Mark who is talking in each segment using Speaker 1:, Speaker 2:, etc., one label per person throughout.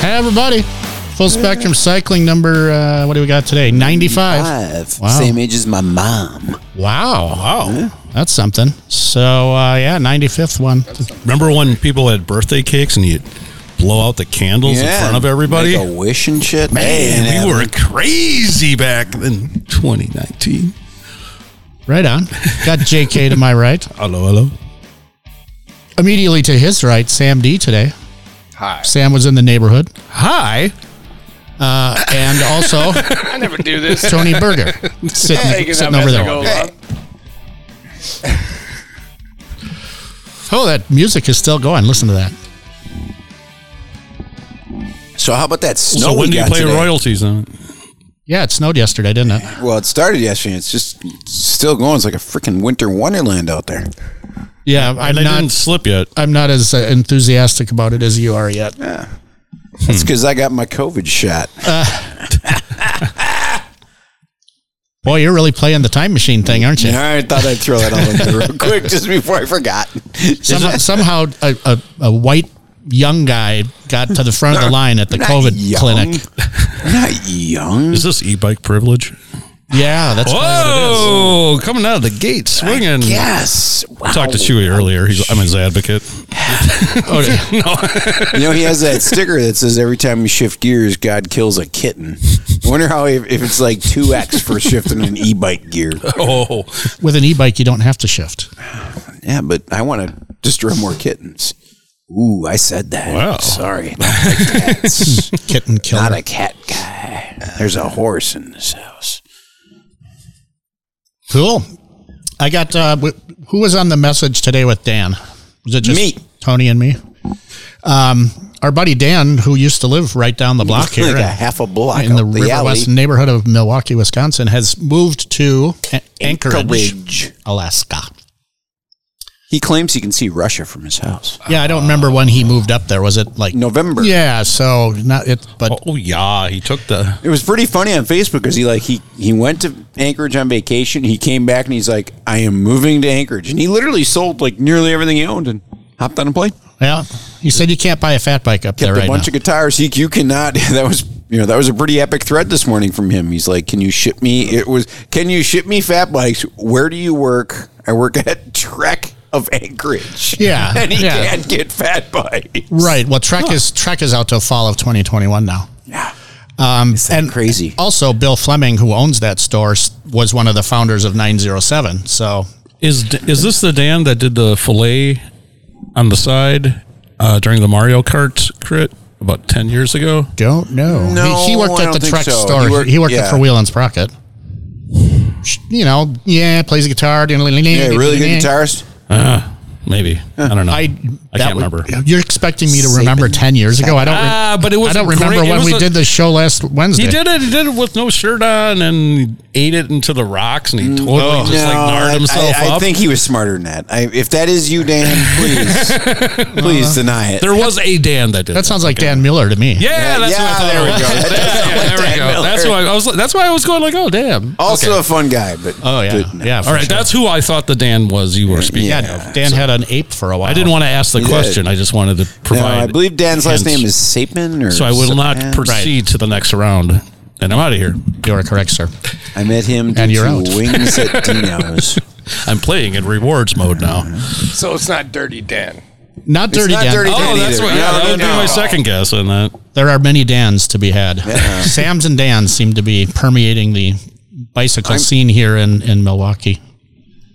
Speaker 1: Hey, everybody. Full Spectrum Cycling number, uh, what do we got today? 95. Wow.
Speaker 2: Same age as my mom.
Speaker 1: Wow. Wow. That's something. So, uh, yeah, 95th one.
Speaker 3: Remember when people had birthday cakes and you blow out the candles in front of everybody?
Speaker 2: Make a wish and shit.
Speaker 3: Man,
Speaker 2: that-
Speaker 3: we were crazy back in 2019.
Speaker 1: Right on. Got JK to my right.
Speaker 3: Hello, hello.
Speaker 1: Immediately to his right, Sam D today.
Speaker 4: Hi.
Speaker 1: Sam was in the neighborhood.
Speaker 3: Hi.
Speaker 1: Uh, and also
Speaker 4: I never do this.
Speaker 1: Tony Berger sitting,
Speaker 4: Taking
Speaker 1: sitting
Speaker 4: that
Speaker 1: over
Speaker 4: mess
Speaker 1: there.
Speaker 4: to go along.
Speaker 1: Oh, that music is still going. Listen to that.
Speaker 2: So how about that snow?
Speaker 3: so
Speaker 2: we
Speaker 3: when do you
Speaker 2: got
Speaker 3: play
Speaker 2: today?
Speaker 3: royalties on it?
Speaker 1: Yeah, it snowed yesterday, didn't it?
Speaker 2: Well, it started yesterday. It's just still going. It's like a freaking winter wonderland out there.
Speaker 1: Yeah, I'm
Speaker 3: And they didn't
Speaker 1: not.
Speaker 3: slip yet.
Speaker 1: I'm not as uh, enthusiastic about it as you are yet.
Speaker 3: Hmm.
Speaker 2: That's because I got my COVID shot.
Speaker 1: Boy, you're really playing the time machine thing, aren't you?
Speaker 2: I thought I'd throw that all in there real quick just before I forgot.
Speaker 1: Somehow, somehow a, a, a white young guy got to the front of the line at the
Speaker 2: Not
Speaker 1: COVID
Speaker 2: young.
Speaker 1: clinic.
Speaker 2: Not young.
Speaker 3: Is this e-bike privilege?
Speaker 1: Yeah, that's probably what it is.
Speaker 3: Whoa, coming out of the gate swinging.
Speaker 2: Yes. Wow.
Speaker 3: Talked to Chewy earlier. He's, I'm his advocate.
Speaker 2: You know, he has that sticker that says every time you shift gears, God kills a kitten. I wonder how if, if it's like 2X for shifting an e bike gear.
Speaker 3: Oh,
Speaker 1: With an e-bike, you don't have to shift.
Speaker 2: Yeah, but I want to destroy more kittens. Ooh, I said that.
Speaker 3: Wow.
Speaker 2: Sorry. Not like cats.
Speaker 1: Kitten killer.
Speaker 2: Not a cat guy. There's a horse in this house.
Speaker 1: Cool. I got uh, w- who was on the message today with Dan? Was it just
Speaker 2: Me.
Speaker 1: Tony and me? Um, our buddy Dan, who used to live right down the block here
Speaker 2: like a
Speaker 1: in-
Speaker 2: half a block
Speaker 1: in the
Speaker 2: up the,
Speaker 1: River
Speaker 2: alley.
Speaker 1: West neighborhood of Milwaukee, Wisconsin, has moved to A- Anchorage,
Speaker 2: Anchorage.
Speaker 1: Alaska.
Speaker 2: He claims he can see Russia from his house.
Speaker 1: Yeah, I don't remember when he moved up there. Was it like
Speaker 2: November.
Speaker 1: Uh, Yeah, so not it, but
Speaker 3: oh yeah, he took the.
Speaker 2: It was pretty funny on Facebook because he like he he went to Anchorage on vacation. He came back and he's like, "I am moving to Anchorage," and he literally sold like nearly everything he owned and hopped on a plane.
Speaker 1: yeah, he said you can't buy a fat bike up there
Speaker 2: Kept
Speaker 1: right
Speaker 2: a bunch
Speaker 1: now.
Speaker 2: of guitars. He you cannot. That was you know that was a pretty epic thread this morning from him. He's like, "Can you ship me?" It was, "Can you ship me fat bikes?" Where do you work? I work at Trek of Anchorage.
Speaker 1: Yeah,
Speaker 2: and he
Speaker 1: yeah.
Speaker 2: can't get fat bikes.
Speaker 1: right. Well, Trek is Trek is out till fall of 2021 now.
Speaker 2: Yeah.
Speaker 1: Um, and
Speaker 2: crazy?
Speaker 1: Also, Bill Fleming, who owns that store, s- was one of the founders of 907. So,
Speaker 3: Is is this the Dan that did the fillet on the side uh, during the Mario Kart crit about ten years ago?
Speaker 1: don't know.
Speaker 2: No,
Speaker 1: he, he worked
Speaker 2: I
Speaker 1: at the
Speaker 2: don't think
Speaker 1: Trek
Speaker 2: so.
Speaker 1: store.
Speaker 2: He
Speaker 1: He
Speaker 2: worked-
Speaker 1: worked,
Speaker 2: yeah.
Speaker 1: it for Wheel and Sprocket. Sh- You know, yeah, plays the guitar. Yeah,
Speaker 2: Yeah, really good guitarist.
Speaker 3: Maybe I don't know.
Speaker 1: I,
Speaker 3: I,
Speaker 1: that
Speaker 3: can't
Speaker 1: would-
Speaker 3: remember.
Speaker 1: You're expecting me to remember 10 years ago? I don't. Re-
Speaker 3: Ah, but it was
Speaker 1: I don't
Speaker 3: a great-
Speaker 1: remember
Speaker 3: it
Speaker 1: when
Speaker 3: was
Speaker 1: we
Speaker 3: a-
Speaker 1: did the show last Wednesday.
Speaker 3: He did it. He did it with no shirt on and ate it into the rocks, and he totally just like gnarred
Speaker 2: I-
Speaker 3: himself
Speaker 2: I, I,
Speaker 3: up.
Speaker 2: think he was smarter than that. I, if that is you, Dan, please,
Speaker 3: Uh-huh.
Speaker 2: please deny it.
Speaker 3: there was a Dan that did.
Speaker 1: That sounds like Dan Miller to me.
Speaker 3: Yeah, that's
Speaker 2: yeah,
Speaker 3: what I thought.
Speaker 2: there we
Speaker 3: it was.
Speaker 2: go. That does sound
Speaker 3: Yeah,
Speaker 2: like
Speaker 3: there
Speaker 2: Dan
Speaker 3: we go.
Speaker 2: Miller.
Speaker 3: That's why I was. That's why I was going like, oh damn.
Speaker 2: Also a fun guy, but
Speaker 1: Oh yeah.
Speaker 2: but no.
Speaker 1: Yeah.
Speaker 3: All right, that's who I thought the Dan was you were speaking.
Speaker 1: yeah.
Speaker 3: of.
Speaker 1: no, Dan had an ape for a while.
Speaker 3: I didn't want to ask the question. I just wanted to
Speaker 2: No,
Speaker 3: provide.
Speaker 2: I believe Dan's last
Speaker 3: hints.
Speaker 2: name is Sapin. Or
Speaker 3: So I will not
Speaker 2: Sapin.
Speaker 3: proceed to the next round, and I'm out of here.
Speaker 1: You are correct, sir.
Speaker 2: I met him due
Speaker 1: And you're
Speaker 2: to
Speaker 1: out.
Speaker 2: Wings at Dino's.
Speaker 3: I'm playing in rewards mode now.
Speaker 4: So it's not Dirty Dan.
Speaker 1: Not dirty,
Speaker 2: not
Speaker 1: Dan.
Speaker 2: Dirty Dan.
Speaker 3: Oh, that's
Speaker 2: either.
Speaker 3: what.
Speaker 2: No,
Speaker 3: Yeah, that
Speaker 2: no,
Speaker 3: would be
Speaker 2: no.
Speaker 3: my second guess on that.
Speaker 1: There are many Dans to be had. Sam's and Dans seem to be permeating the bicycle scene here in, in Milwaukee.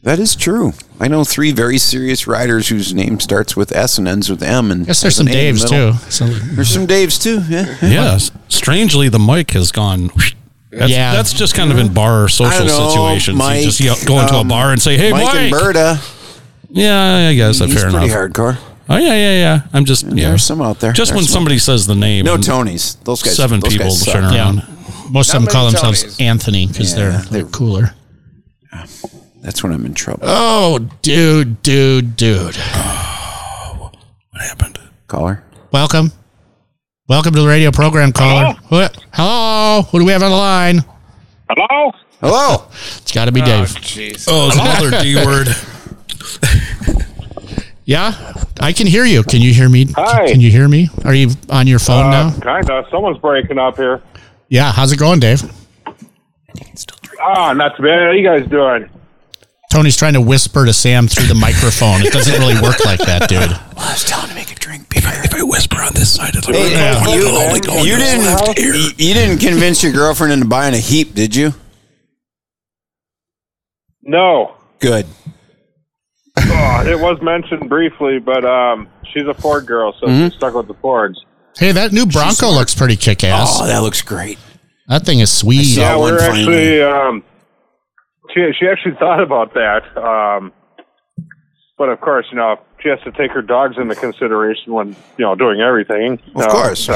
Speaker 2: That is true. I know three very serious riders whose name starts with S and ends with M. And
Speaker 1: Yes, there's some
Speaker 2: an A in the
Speaker 1: Daves
Speaker 2: middle.
Speaker 1: too. So,
Speaker 2: There's some Daves too. Yeah.
Speaker 3: Yes. Strangely, the mic has gone. That's,
Speaker 1: Yeah.
Speaker 3: that's just kind of in bar social situations.
Speaker 2: Mike,
Speaker 3: you just yell, go into
Speaker 2: um,
Speaker 3: a bar and say, "Hey,
Speaker 2: Mike,
Speaker 3: Mike."
Speaker 2: and Berta.
Speaker 3: yeah, I guess that's
Speaker 2: He's
Speaker 3: fair
Speaker 2: pretty
Speaker 3: enough.
Speaker 2: hardcore.
Speaker 3: Oh yeah, yeah, yeah. I'm just yeah.
Speaker 2: There's some out there.
Speaker 3: Just
Speaker 2: There's
Speaker 3: when
Speaker 2: some.
Speaker 3: somebody says the name,
Speaker 2: No
Speaker 3: I'm-
Speaker 2: Tonys. Those guys.
Speaker 3: seven
Speaker 2: those
Speaker 3: people
Speaker 2: guys suck.
Speaker 3: turn around.
Speaker 1: yeah. Most of them
Speaker 4: Not
Speaker 1: call
Speaker 4: many
Speaker 1: themselves
Speaker 4: Tonys.
Speaker 1: Anthony because
Speaker 2: Yeah,
Speaker 1: they're,
Speaker 2: they're-
Speaker 1: cooler.
Speaker 2: That's when I'm in trouble.
Speaker 3: Uh,
Speaker 1: Oh, dude, dude, dude.
Speaker 3: What happened?
Speaker 2: Caller.
Speaker 1: Welcome. Welcome to the radio program, caller. Hello. Hello. Who do we have on the line?
Speaker 5: Hello?
Speaker 3: uh,
Speaker 2: Hello.
Speaker 1: It's got to be
Speaker 4: Oh,
Speaker 1: Dave.
Speaker 4: jeez.
Speaker 3: Oh, it's another D word.
Speaker 1: Yeah, I can hear you. Can you hear me?
Speaker 5: Hi.
Speaker 1: Can you hear me? Are you on your phone
Speaker 5: Uh,
Speaker 1: now?
Speaker 5: kinda. Someone's breaking up here.
Speaker 1: Yeah. How's it going, Dave?
Speaker 5: Ah, not too bad. How you guys doing?
Speaker 1: Tony's trying to whisper to Sam through the microphone. It doesn't really work like that, dude.
Speaker 2: I was telling to make a drink.
Speaker 3: If I, if I whisper on this side, it's like,
Speaker 2: Hey,
Speaker 1: Yeah.
Speaker 2: you,
Speaker 3: I'll only go
Speaker 2: you
Speaker 3: into his
Speaker 2: didn't
Speaker 3: left ear.
Speaker 2: you, you didn't convince your girlfriend into buying a heap, did you?
Speaker 5: No.
Speaker 2: Good.
Speaker 5: Oh, it was mentioned briefly, but um, she's a Ford girl, so she's stuck with the Fords.
Speaker 1: Hey, that new Bronco looks pretty kick ass.
Speaker 2: Oh, that looks great.
Speaker 1: that thing is sweet.
Speaker 2: I saw-
Speaker 5: Yeah, we
Speaker 2: one
Speaker 5: were
Speaker 2: finally.
Speaker 5: actually. Um, she she actually thought about that, um, but of course, you know, she has to take her dogs into consideration when you know doing everything.
Speaker 2: Of
Speaker 5: Uh,
Speaker 2: course.
Speaker 1: So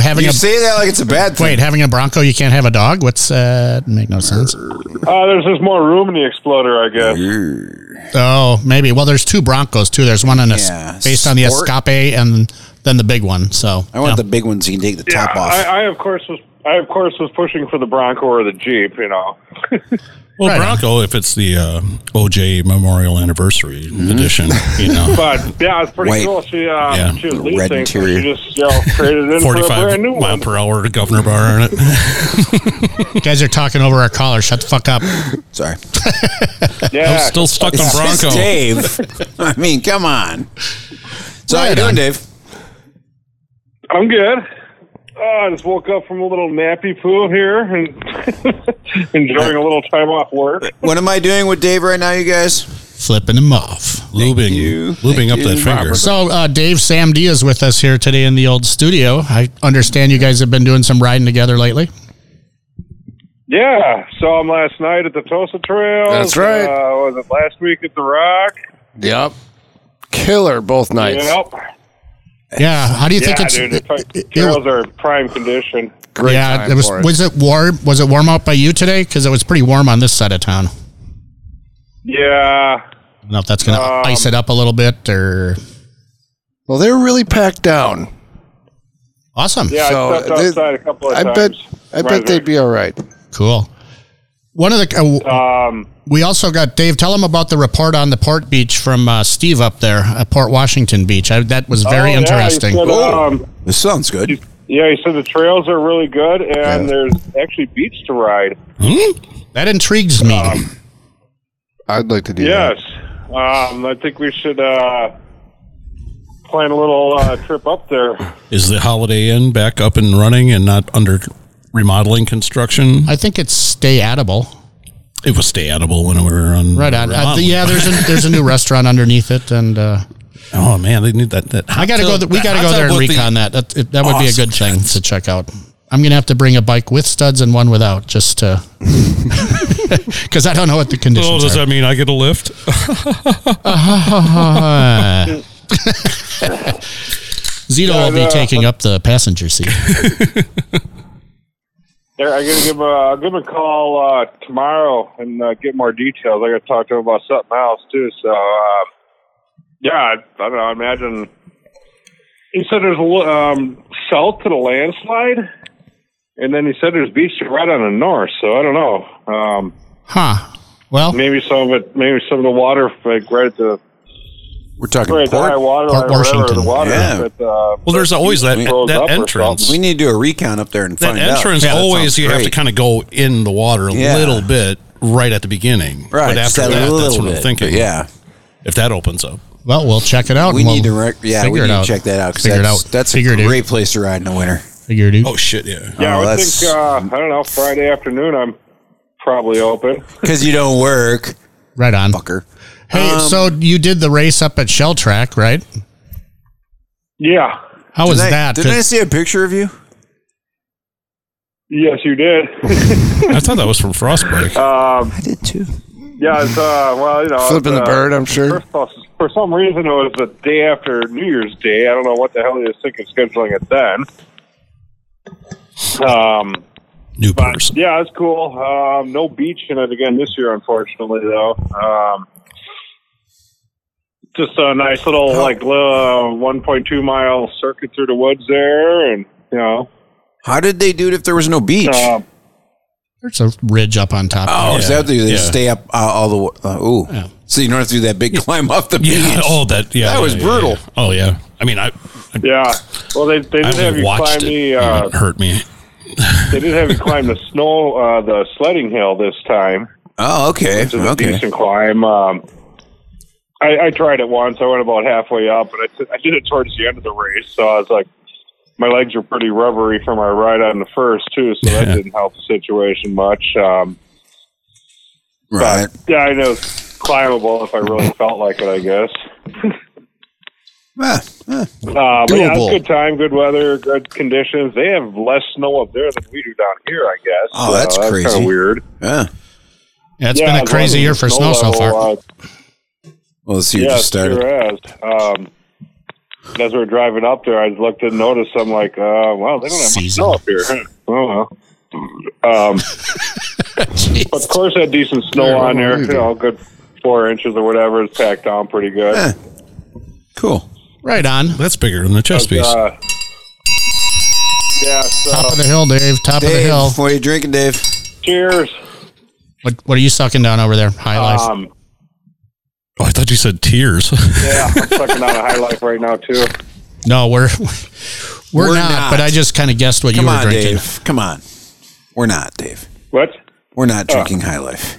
Speaker 1: having
Speaker 2: You
Speaker 1: a
Speaker 2: say that like it's a bad thing.
Speaker 1: wait, having a Bronco, you can't have a dog. What's that? Make no sense.
Speaker 5: Uh, there's just more room in the Exploder, I guess.
Speaker 1: Oh, maybe. Well, there's two Broncos too. There's one on a s-
Speaker 2: Yeah,
Speaker 1: based on the
Speaker 2: sport.
Speaker 1: Escape and then the big one. So
Speaker 2: I want
Speaker 1: yeah.
Speaker 2: the big ones. You can take the top off.
Speaker 5: I, I of course was I of course was pushing for the Bronco or the Jeep. You know,
Speaker 3: Well,
Speaker 1: Right on.
Speaker 3: Bronco, if it's the uh, OJ Memorial Anniversary
Speaker 2: Mm-hmm.
Speaker 3: Edition, you know,
Speaker 5: but yeah, it's pretty
Speaker 2: White.
Speaker 5: cool. She uh,
Speaker 3: Yeah,
Speaker 5: she was
Speaker 2: the red
Speaker 5: leasing, so
Speaker 2: interior.
Speaker 5: she just you know, traded in for a
Speaker 3: forty-five
Speaker 5: brand new
Speaker 3: mile
Speaker 5: one.
Speaker 3: per hour governor bar on it.
Speaker 1: you guys are talking over our caller. Shut the fuck up.
Speaker 2: Sorry.
Speaker 5: Yeah,
Speaker 3: I'm still stuck on Bronco.
Speaker 2: It's Dave. I mean, come on. So how you
Speaker 1: Right
Speaker 2: doing,
Speaker 1: on.
Speaker 2: Dave?
Speaker 5: I'm good. Uh, I just woke up from a little nappy poo here and enjoying a little time off work.
Speaker 2: What am I doing with Dave right now, you guys?
Speaker 1: Flipping him off.
Speaker 3: Lubing,
Speaker 2: you.
Speaker 3: lubing
Speaker 2: Thank
Speaker 3: up
Speaker 2: you.
Speaker 3: that finger.
Speaker 1: So uh, Dave Sam D is with us here today in the old studio. I understand you guys have been doing some riding together lately.
Speaker 5: Yeah, saw him last night at the Tulsa Trail.
Speaker 4: That's right.
Speaker 5: Uh, was it last week at the Rock?
Speaker 4: Yep. Killer both nights.
Speaker 5: Yep.
Speaker 1: Yeah. How do you
Speaker 5: Yeah,
Speaker 1: think it's?
Speaker 5: dude, the
Speaker 1: it-
Speaker 5: tra-
Speaker 1: it- it-
Speaker 5: trails are in prime condition.
Speaker 4: Great
Speaker 1: yeah,
Speaker 4: time
Speaker 1: it was.
Speaker 4: for it.
Speaker 1: Was it warm? Was it warm out by you today? Because it was pretty warm on this side of town.
Speaker 5: Yeah,
Speaker 1: I don't know if that's going to
Speaker 5: Um,
Speaker 1: ice it up a little bit or
Speaker 4: well, they were really packed down.
Speaker 1: awesome.
Speaker 5: yeah.
Speaker 4: So,
Speaker 5: I stepped
Speaker 4: they-
Speaker 5: outside a couple of
Speaker 4: I bet.
Speaker 5: times.
Speaker 4: I bet they'd be all right.
Speaker 1: Cool. One of the uh,
Speaker 5: Um,
Speaker 1: we also got Dave. Tell him about the report on the Port Beach from uh, Steve up there, uh, Port Washington Beach. I, that was very
Speaker 5: oh, yeah, he
Speaker 1: interesting.
Speaker 5: said,
Speaker 2: Cool.
Speaker 5: um,
Speaker 2: This sounds good.
Speaker 5: yeah, he said the trails are really good, and
Speaker 4: Yeah.
Speaker 5: there's actually beach to ride.
Speaker 1: that intrigues me.
Speaker 5: Um,
Speaker 4: I'd like to do that.
Speaker 5: Yes. Um, I think we should uh, plan a little uh, trip up there.
Speaker 3: Is the Holiday Inn back up and running and not under remodeling construction?
Speaker 1: I think it's stay edible.
Speaker 3: It was stay edible when we were on.
Speaker 1: Right on. Uh, the-
Speaker 3: remodeling.
Speaker 1: yeah, there's a there's a new restaurant underneath it, and uh,
Speaker 3: Oh man, they need that. that
Speaker 1: I got to go. th- we got to go there and recon that. That, it- that would be a good thing to check out. I'm gonna have to bring a bike with studs and one without, just to because I don't know what the
Speaker 3: Oh,
Speaker 1: conditions
Speaker 3: does
Speaker 1: are.
Speaker 3: that mean I get a lift?
Speaker 1: Zito will be taking up the passenger seat.
Speaker 5: There, I'm gonna give him a, I'll give him a call uh, tomorrow and uh, get more details. I gotta talk to him about something else too. So, uh, yeah, I, I don't know. I imagine he said there's a li- um, south to the landslide, and then he said there's beach right on the north. So I don't know. Um,
Speaker 1: Huh. Well,
Speaker 5: maybe some of it, maybe some of the water like right at the
Speaker 2: We're talking
Speaker 5: right at the high
Speaker 2: port.
Speaker 5: water
Speaker 1: Port
Speaker 5: line, whatever
Speaker 1: Washington.
Speaker 5: the water. is,
Speaker 2: Yeah.
Speaker 5: But, uh,
Speaker 3: Well, there's always that
Speaker 5: Rolls
Speaker 3: that
Speaker 5: up or
Speaker 3: entrance.
Speaker 5: something.
Speaker 2: We need to do a recon up there and
Speaker 3: That
Speaker 2: find out.
Speaker 3: entrance
Speaker 2: Yeah, that
Speaker 3: always
Speaker 2: sounds
Speaker 3: you have to
Speaker 2: great.
Speaker 3: kind of go in the water a
Speaker 2: Yeah.
Speaker 3: little bit right at the beginning.
Speaker 2: Right,
Speaker 3: But
Speaker 2: just
Speaker 3: after
Speaker 2: a
Speaker 3: that, that's
Speaker 2: little
Speaker 3: what I'm
Speaker 2: bit,
Speaker 3: thinking.
Speaker 2: but Yeah,
Speaker 3: If that opens up.
Speaker 1: well, we'll check it out.
Speaker 2: we
Speaker 1: and
Speaker 2: need to
Speaker 1: we'll
Speaker 2: rec- yeah we
Speaker 1: figure
Speaker 2: need
Speaker 1: it
Speaker 2: to
Speaker 1: out.
Speaker 2: check that out because
Speaker 1: Figure it
Speaker 2: that's,
Speaker 1: out.
Speaker 2: that's
Speaker 1: Figure
Speaker 2: a
Speaker 1: it out.
Speaker 2: great place to ride in the winter.
Speaker 1: Figure it out.
Speaker 3: Oh shit! Yeah.
Speaker 5: Yeah,
Speaker 2: Oh,
Speaker 5: I would
Speaker 2: that's-
Speaker 5: think uh, I don't know. Friday afternoon, I'm probably open.
Speaker 2: Because you don't work,
Speaker 1: Right on.
Speaker 2: fucker.
Speaker 1: Hey,
Speaker 2: Um,
Speaker 1: so you did the race up at Shell Track, right?
Speaker 5: Yeah.
Speaker 1: How was
Speaker 2: Didn't I-
Speaker 1: that?
Speaker 2: Didn't I see a picture of you?
Speaker 5: Yes, you did.
Speaker 3: I thought that was from Frostbite.
Speaker 2: Uh,
Speaker 5: um,
Speaker 2: I did too.
Speaker 5: yeah, it's, uh, well, you know,
Speaker 4: Flipping
Speaker 5: it's,
Speaker 4: the
Speaker 5: uh,
Speaker 4: bird, I'm sure.
Speaker 5: First of all, for some reason, it was the day after New Year's Day. I don't know what the hell he was thinking of scheduling it then. Um,
Speaker 3: New
Speaker 5: but
Speaker 3: person.
Speaker 5: yeah, it's cool. Um, no beach in it again this year, unfortunately, though. Um, just a nice little like little, uh, 1.2 mile circuit through the woods there, and you know,
Speaker 2: How did they do it if there was no beach?
Speaker 5: um,
Speaker 1: There's a ridge up on top.
Speaker 2: oh, is
Speaker 3: yeah,
Speaker 2: that they
Speaker 3: yeah.
Speaker 2: stay up uh, all the? wa- Uh, ooh,
Speaker 1: Yeah.
Speaker 2: So you don't have to do that big climb off the beach.
Speaker 3: Yeah. Oh, that. Yeah.
Speaker 2: That
Speaker 3: yeah,
Speaker 2: was
Speaker 3: yeah,
Speaker 2: brutal.
Speaker 3: yeah. Oh yeah. I mean, I. I
Speaker 5: Yeah. Well, they, they
Speaker 3: I
Speaker 5: did have
Speaker 3: only
Speaker 5: you climb
Speaker 3: watched
Speaker 5: the
Speaker 3: it.
Speaker 5: uh,
Speaker 3: it hurt me.
Speaker 5: they did have you climb the snow uh, the sledding hill this time.
Speaker 2: Oh, okay.
Speaker 5: It's a
Speaker 2: Okay.
Speaker 5: decent climb. Um, I, I tried it once. I went about halfway up, but I, t- I did it towards the end of the race, so I was like, my legs were pretty rubbery from my ride on the first too, so that didn't help the situation much. Um,
Speaker 2: Right.
Speaker 5: yeah, I know it's climbable if I really felt like it. I guess.
Speaker 2: Ah, ah.
Speaker 5: Uh, but yeah,
Speaker 2: Doable.
Speaker 5: it's good time, good weather, good conditions. They have less snow up there than we do down here, I guess.
Speaker 2: Oh, that's
Speaker 5: so That's
Speaker 2: crazy.
Speaker 5: kind of weird.
Speaker 2: Yeah.
Speaker 1: Yeah, it's
Speaker 5: Yeah,
Speaker 1: been a
Speaker 5: as
Speaker 1: crazy
Speaker 5: long as
Speaker 1: year
Speaker 5: the
Speaker 1: for snow, so
Speaker 5: level,
Speaker 1: far.
Speaker 5: uh,
Speaker 2: Well, let's see. You just started.
Speaker 5: Sure has. Um, and as we were driving up there, I looked and noticed. I'm like, uh, well, they don't have much
Speaker 1: Season.
Speaker 5: snow up here. Huh. Oh, well. Um, but of course, had decent snow on there. You know, good four inches or whatever. It's packed down pretty good.
Speaker 2: Eh, Cool.
Speaker 1: Right on.
Speaker 3: That's bigger than the chest piece.
Speaker 5: Uh, yeah.
Speaker 1: Top of
Speaker 5: So,
Speaker 1: the hill, Dave. Top of the
Speaker 2: Dave,
Speaker 1: hill.
Speaker 2: what are you drinking, Dave?
Speaker 5: cheers.
Speaker 1: What, what are you sucking down over there? High life.
Speaker 2: Uh,
Speaker 5: Um,
Speaker 3: oh, I thought you said tears.
Speaker 5: yeah, I'm sucking on a high life right now too.
Speaker 1: no, we're we're,
Speaker 2: We're
Speaker 1: not,
Speaker 2: not.
Speaker 1: But I just kind of guessed what
Speaker 2: Come
Speaker 1: you were
Speaker 2: on,
Speaker 1: drinking.
Speaker 2: Dave. Come on. We're not, Dave.
Speaker 5: What?
Speaker 2: We're not drinking High Life.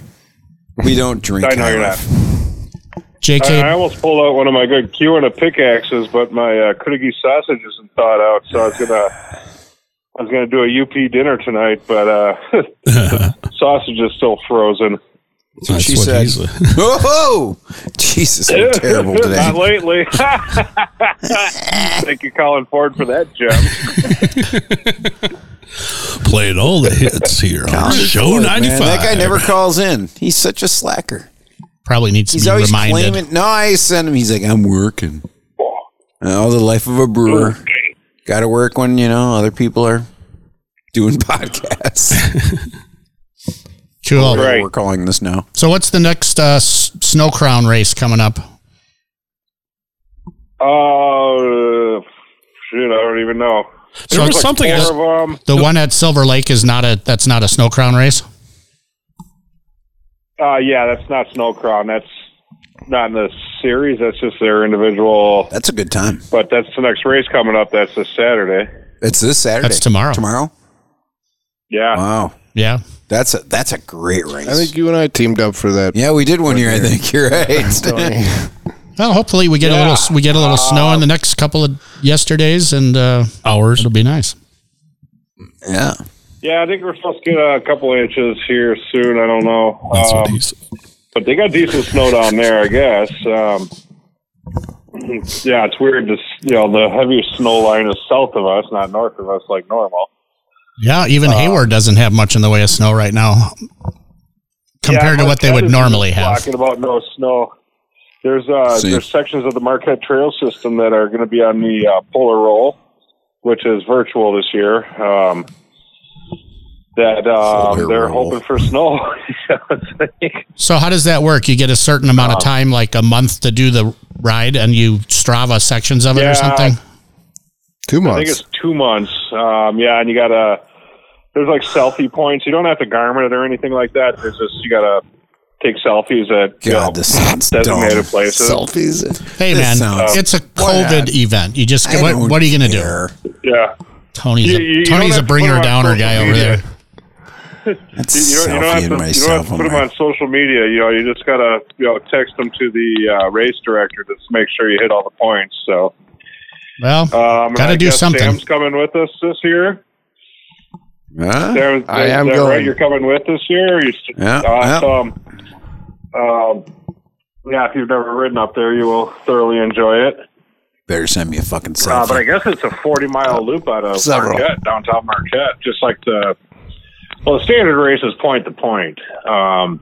Speaker 2: We don't drink
Speaker 5: Uh. I know
Speaker 2: High
Speaker 5: you're
Speaker 2: Life.
Speaker 1: Jk,
Speaker 5: I, I almost pulled out one of my good Q and a pickaxes, but my uh, Kudigi sausage isn't thawed out, so I was gonna I was gonna do a UP dinner tonight, but uh, the sausage is still frozen.
Speaker 2: That's what she said.
Speaker 3: he's- uh,
Speaker 2: Whoa! Jesus, I'm terrible today.
Speaker 5: Not lately. Thank you, Colin Ford, for that gem.
Speaker 3: playing all the hits here on show
Speaker 2: Lord,
Speaker 3: ninety
Speaker 2: man,
Speaker 3: five.
Speaker 2: That guy never calls in. He's such a slacker.
Speaker 1: probably needs to
Speaker 2: He's
Speaker 1: be
Speaker 2: always
Speaker 1: reminded.
Speaker 2: claiming. No, I send him. He's like, I'm working. Oh, the life of a brewer. Got to work when you know other people are doing podcasts.
Speaker 1: Cool.
Speaker 5: Right.
Speaker 2: We're calling this now.
Speaker 1: So what's the next uh, s- snow crown race coming up?
Speaker 5: Oh, shoot! I don't even know.
Speaker 1: So
Speaker 3: was something
Speaker 5: Four
Speaker 3: I-
Speaker 5: of 'em.
Speaker 1: The one at Silver Lake is not a that's not a snow crown race.
Speaker 5: Uh, yeah, that's not Snow Crown. That's not in the series. That's just their individual.
Speaker 2: That's a good time.
Speaker 5: But that's the next race coming up. That's this Saturday.
Speaker 2: It's this Saturday.
Speaker 1: That's tomorrow.
Speaker 2: Tomorrow.
Speaker 5: Yeah.
Speaker 2: Wow,
Speaker 1: Yeah,
Speaker 2: that's a that's a great race.
Speaker 4: I think you and I teamed up for that.
Speaker 2: yeah, we did one here. I think you're right.
Speaker 1: Well, hopefully we get a
Speaker 5: Yeah.
Speaker 1: little we get a little snow in the next couple of yesterdays, and uh,
Speaker 3: hours.
Speaker 1: it'll be nice.
Speaker 2: yeah.
Speaker 5: Yeah, I think we're supposed to get a couple inches here soon. I don't know,
Speaker 3: That's what
Speaker 5: Um,
Speaker 3: he's.
Speaker 5: but they got decent snow down there, I guess. Um, yeah, it's weird. To, s- you know, the heaviest snow line is south of us, not north of us, like normal.
Speaker 1: Yeah,
Speaker 5: Uh,
Speaker 1: even Hayward doesn't have much in the way of snow right now, compared to
Speaker 5: Yeah,
Speaker 1: what they
Speaker 5: Marquette
Speaker 1: would
Speaker 5: is
Speaker 1: normally
Speaker 5: just
Speaker 1: have.
Speaker 5: Talking about no snow. There's uh,
Speaker 2: See.
Speaker 5: there's sections of the Marquette Trail system that are going to be on the uh, polar roll, which is virtual this year. Um, that um,
Speaker 2: Polar
Speaker 5: they're
Speaker 2: roll.
Speaker 5: hoping for snow. It's like-
Speaker 1: So how does that work? You get a certain amount
Speaker 5: Uh,
Speaker 1: of time, like a month, to do the ride, and you Strava sections of it
Speaker 5: Yeah.
Speaker 1: or something.
Speaker 4: Two
Speaker 5: I think
Speaker 4: months.
Speaker 5: it's two months. Um, yeah, and you got to. There's like selfie points. You don't have to Garmin it or anything like that. There's just you got to take selfies at you know,
Speaker 2: God, this sounds dumb.
Speaker 5: designated places.
Speaker 4: Selfies.
Speaker 1: Hey
Speaker 2: This
Speaker 1: man,
Speaker 2: sounds-
Speaker 1: it's a COVID event. You just
Speaker 2: I
Speaker 1: what,
Speaker 2: don't
Speaker 1: what are you going to do?
Speaker 2: care.
Speaker 5: yeah,
Speaker 1: Tony's
Speaker 5: You-
Speaker 1: a,
Speaker 5: you- you don't
Speaker 1: Tony's a
Speaker 5: have to
Speaker 1: bring
Speaker 5: put
Speaker 1: her
Speaker 5: it on
Speaker 1: downer
Speaker 5: social
Speaker 1: guy over
Speaker 5: media.
Speaker 1: there.
Speaker 2: That's
Speaker 5: you, you don't, you
Speaker 2: selfieing
Speaker 5: don't have to, you don't have
Speaker 2: myself.
Speaker 5: to put them
Speaker 2: I'm
Speaker 5: on social media. You know, you just gotta you know text them to the uh, race director to make sure you hit all the points. So
Speaker 1: Well,
Speaker 5: um, and
Speaker 1: Gotta
Speaker 5: I
Speaker 1: do
Speaker 5: guess
Speaker 1: something.
Speaker 5: Sam's coming with us this year.
Speaker 2: like, huh?
Speaker 5: Sam,
Speaker 4: I
Speaker 5: is
Speaker 4: am
Speaker 5: that Right?
Speaker 4: going.
Speaker 5: You're coming with this year. Or you
Speaker 2: Yeah,
Speaker 5: awesome. Um, yeah, if you've never ridden up there, you will thoroughly enjoy it.
Speaker 2: Better send me a fucking
Speaker 5: Uh,
Speaker 2: selfie.
Speaker 5: but I guess it's a 40 mile loop out of
Speaker 4: Several.
Speaker 5: Marquette, downtown Marquette, just like the well, the standard race is point to point. Um,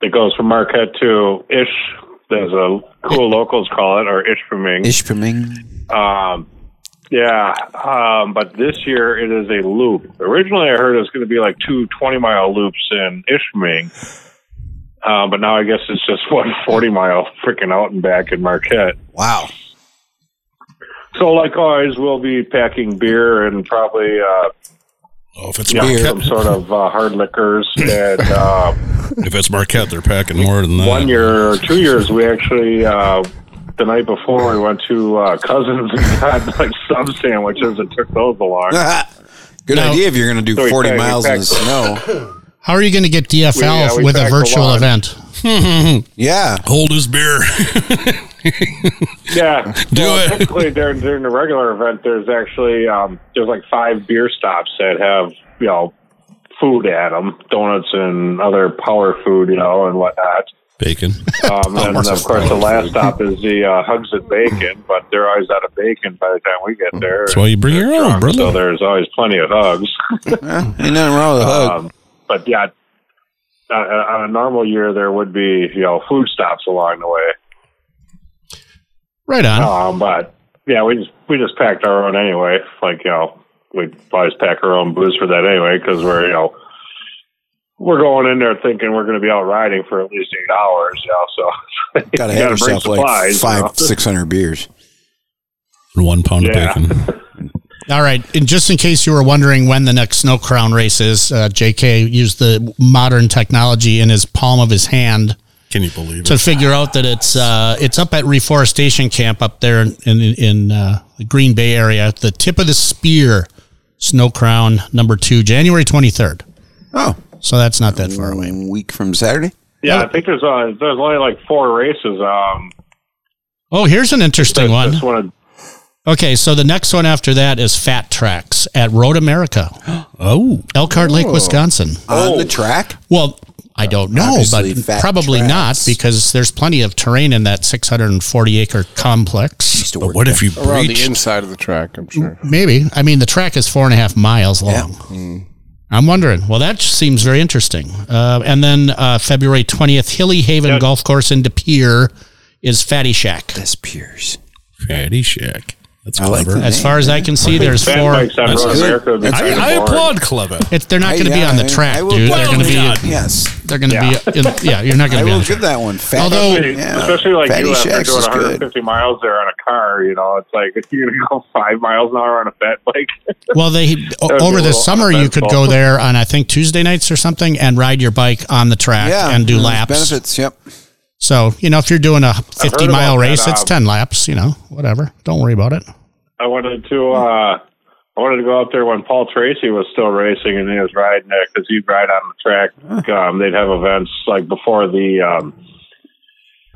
Speaker 5: it goes from Marquette to Ish, as a cool locals call it, or Ishpeming.
Speaker 2: Ishpeming.
Speaker 5: Um, yeah, um, but this year it is a loop. Originally, I heard it was going to be like two 20 mile loops in Ishpeming, uh, but now I guess it's just one 40 mile freaking out and back in Marquette.
Speaker 2: Wow.
Speaker 5: So, like always, we'll be packing beer and probably uh,
Speaker 3: Oh, if it's
Speaker 5: you know,
Speaker 3: Marquette,
Speaker 5: some sort of uh, hard liquors and uh,
Speaker 3: if it's Marquette, they're packing more than that.
Speaker 5: One year or two years, we actually, uh, the night before, we went to uh, Cousins and got like sub sandwiches and took those along.
Speaker 2: Good
Speaker 1: Now-
Speaker 2: idea if you're going to do
Speaker 5: So we
Speaker 2: 40
Speaker 5: packed- we
Speaker 2: miles in the
Speaker 5: packed-
Speaker 2: snow.
Speaker 1: How are you going to get DFL
Speaker 5: Yeah, we
Speaker 1: with a
Speaker 5: packed a
Speaker 1: virtual
Speaker 5: lot.
Speaker 1: event?
Speaker 2: Yeah.
Speaker 3: Hold his beer.
Speaker 5: Yeah,
Speaker 3: Do
Speaker 5: Well,
Speaker 3: it.
Speaker 5: Typically, during during the regular event, there's actually um, there's like five beer stops that have you know food at them, donuts and other power food, you know, and whatnot.
Speaker 3: Bacon.
Speaker 5: Um, and
Speaker 2: Almost
Speaker 5: of
Speaker 2: as
Speaker 5: course, the
Speaker 2: power
Speaker 5: last stop is the uh, Hugs and Bacon, but they're always out of bacon by the time we get there.
Speaker 3: Hmm. That's why you bring your own, brother.
Speaker 5: So there's always plenty of hugs.
Speaker 2: Ain't nothing wrong with a hug.
Speaker 5: Um, but yeah, uh, on a normal year, there would be you know food stops along the way.
Speaker 1: Right on.
Speaker 2: Oh.
Speaker 5: Um, but yeah, we just we just packed our own anyway. Like you know, we always pack our own booze for that anyway because we're you know we're going in there thinking we're going to be out riding for at least eight hours. You know, so
Speaker 2: Got to
Speaker 5: you
Speaker 2: have
Speaker 5: gotta bring
Speaker 2: yourself like
Speaker 5: supplies, you
Speaker 2: five,
Speaker 5: know.
Speaker 2: 600 beers.
Speaker 3: And one pound
Speaker 5: Yeah.
Speaker 3: of bacon.
Speaker 1: All right. And just in case you were wondering when the next snow crown race is, uh, JK used the modern technology in his palm of his hand
Speaker 3: Can you believe
Speaker 1: to
Speaker 3: it?
Speaker 1: figure out that it's uh, it's up at reforestation camp up there in in, in uh, the Green Bay area. The tip of the spear, snow crown number two, January twenty third.
Speaker 2: Oh,
Speaker 1: So that's not that far away.
Speaker 2: a week from Saturday?
Speaker 5: yeah, I think there's uh, there's only like four races. Um,
Speaker 1: Oh, here's an interesting one.
Speaker 5: this one
Speaker 1: Okay, so the next one after that is Fat Tracks at Road America,
Speaker 3: Oh,
Speaker 1: Elkhart Lake, Wisconsin.
Speaker 2: On
Speaker 5: Oh.
Speaker 2: the track?
Speaker 1: Well, I don't know,
Speaker 2: Uh, Obviously,
Speaker 1: but
Speaker 2: fat
Speaker 1: probably not
Speaker 2: tracks.
Speaker 1: because there's plenty of terrain in that 640 acre complex.
Speaker 2: Used to
Speaker 3: but
Speaker 2: work
Speaker 3: what if you
Speaker 4: Around the
Speaker 3: breach?
Speaker 4: inside of the track, I'm sure.
Speaker 1: Maybe. I mean, the track is four and a half miles long.
Speaker 2: Mm.
Speaker 1: I'm wondering. Well, that seems very interesting. Uh, and then uh, February 20th, Hilly Haven Golf Course in De Pere is Fatty Shack.
Speaker 2: That's Pierce.
Speaker 3: Fatty Shack. That's
Speaker 2: I like
Speaker 3: clever.
Speaker 2: that.
Speaker 1: As far as I can see, there's
Speaker 5: fan
Speaker 1: four.
Speaker 5: bikes on
Speaker 3: That's
Speaker 5: Road
Speaker 2: good.
Speaker 5: America. would be
Speaker 2: That's
Speaker 5: kinda
Speaker 3: I, I
Speaker 5: boring.
Speaker 3: applaud clever.
Speaker 1: It's, they're not going to be on the track,
Speaker 2: I will
Speaker 1: dude.
Speaker 2: give
Speaker 1: They're
Speaker 2: that
Speaker 1: going to
Speaker 2: one.
Speaker 1: be.
Speaker 3: God.
Speaker 2: Yes.
Speaker 1: They're going to be. In, yeah, you're not
Speaker 2: I
Speaker 1: going to be. on
Speaker 2: will
Speaker 1: the
Speaker 2: give
Speaker 1: track.
Speaker 2: that one. Fat,
Speaker 1: Although-
Speaker 2: yeah,
Speaker 5: Especially like
Speaker 2: Fatty
Speaker 5: you after
Speaker 2: Shacks
Speaker 5: doing
Speaker 2: is good.
Speaker 5: 150 miles there on a car, you know, it's like you're gonna go five miles an hour on a fat bike.
Speaker 1: Well, they o-
Speaker 5: was a
Speaker 1: over the
Speaker 5: little
Speaker 1: summer you could
Speaker 5: uneventful.
Speaker 1: go there on I think Tuesday nights or something and ride your bike on the track
Speaker 2: Yeah.
Speaker 1: and do
Speaker 2: those
Speaker 1: laps.
Speaker 2: Benefits, yep.
Speaker 1: So you know if you're doing a
Speaker 5: heard
Speaker 1: 50
Speaker 5: about
Speaker 1: mile
Speaker 5: that,
Speaker 1: race, it's
Speaker 5: um,
Speaker 1: 10 laps. You know, whatever. Don't worry about it.
Speaker 5: I wanted to uh I wanted to go out there when Paul Tracy was still racing and he was riding it because he'd ride on the track. Um, they'd have events like before the um,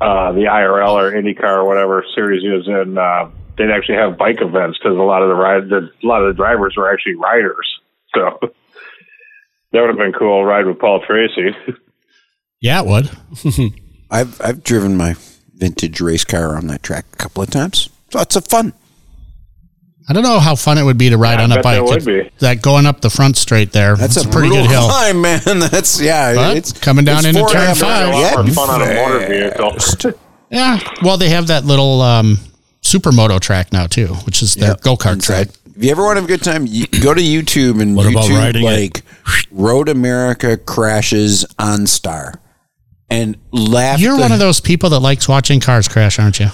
Speaker 5: uh, the IRL or IndyCar or whatever series he was in. Uh, they'd actually have bike events because a lot of the ride the, a lot of the drivers were actually riders. So that would have been cool ride with Paul Tracy.
Speaker 1: Yeah, it would.
Speaker 2: I've, I've driven my vintage race car on that track a couple of times. Lots of fun.
Speaker 1: I don't know how fun it would be to ride
Speaker 5: Yeah, I
Speaker 1: on a
Speaker 5: bet that
Speaker 1: bike.
Speaker 5: would be.
Speaker 1: That going up the front straight there.
Speaker 2: That's a
Speaker 1: pretty good
Speaker 2: brutal
Speaker 1: hill.
Speaker 2: Climb, man. That's yeah.
Speaker 1: But coming down into
Speaker 2: four and a
Speaker 1: turn
Speaker 2: half
Speaker 1: five.
Speaker 2: miles.
Speaker 5: a lot
Speaker 2: Yeah,
Speaker 5: more fun on a motor
Speaker 2: fast.
Speaker 5: vehicle.
Speaker 1: Yeah. Well, they have that little um, supermoto track now too, which is their go kart track.
Speaker 2: If you ever want to have a good time, you go to YouTube and
Speaker 3: What about
Speaker 2: YouTube
Speaker 3: riding it?
Speaker 2: like Road America crashes on Star and laugh.
Speaker 1: You're
Speaker 2: the-
Speaker 1: one of those people that likes watching cars crash, aren't you?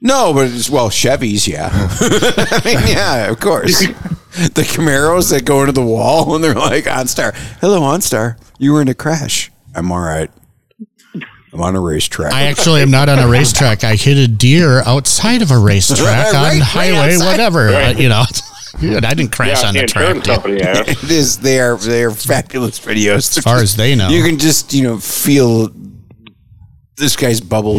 Speaker 2: no, but it's well Chevys, yeah. I mean, yeah, of course. the Camaros that go into the wall and they're like OnStar. Hello, OnStar. You were in a crash. I'm all right. I'm on a racetrack.
Speaker 1: I actually am not on a racetrack. I hit a deer outside of a racetrack
Speaker 2: Right,
Speaker 1: on
Speaker 2: right
Speaker 1: highway,
Speaker 2: outside.
Speaker 1: whatever. Uh, you know, Dude, I didn't crash
Speaker 5: Yeah,
Speaker 1: on the
Speaker 5: can't turn
Speaker 1: track. dude.
Speaker 5: company. Yeah.
Speaker 2: it is. They are. They are fabulous videos.
Speaker 1: As far as they know,
Speaker 2: you can just you know feel this guy's bubble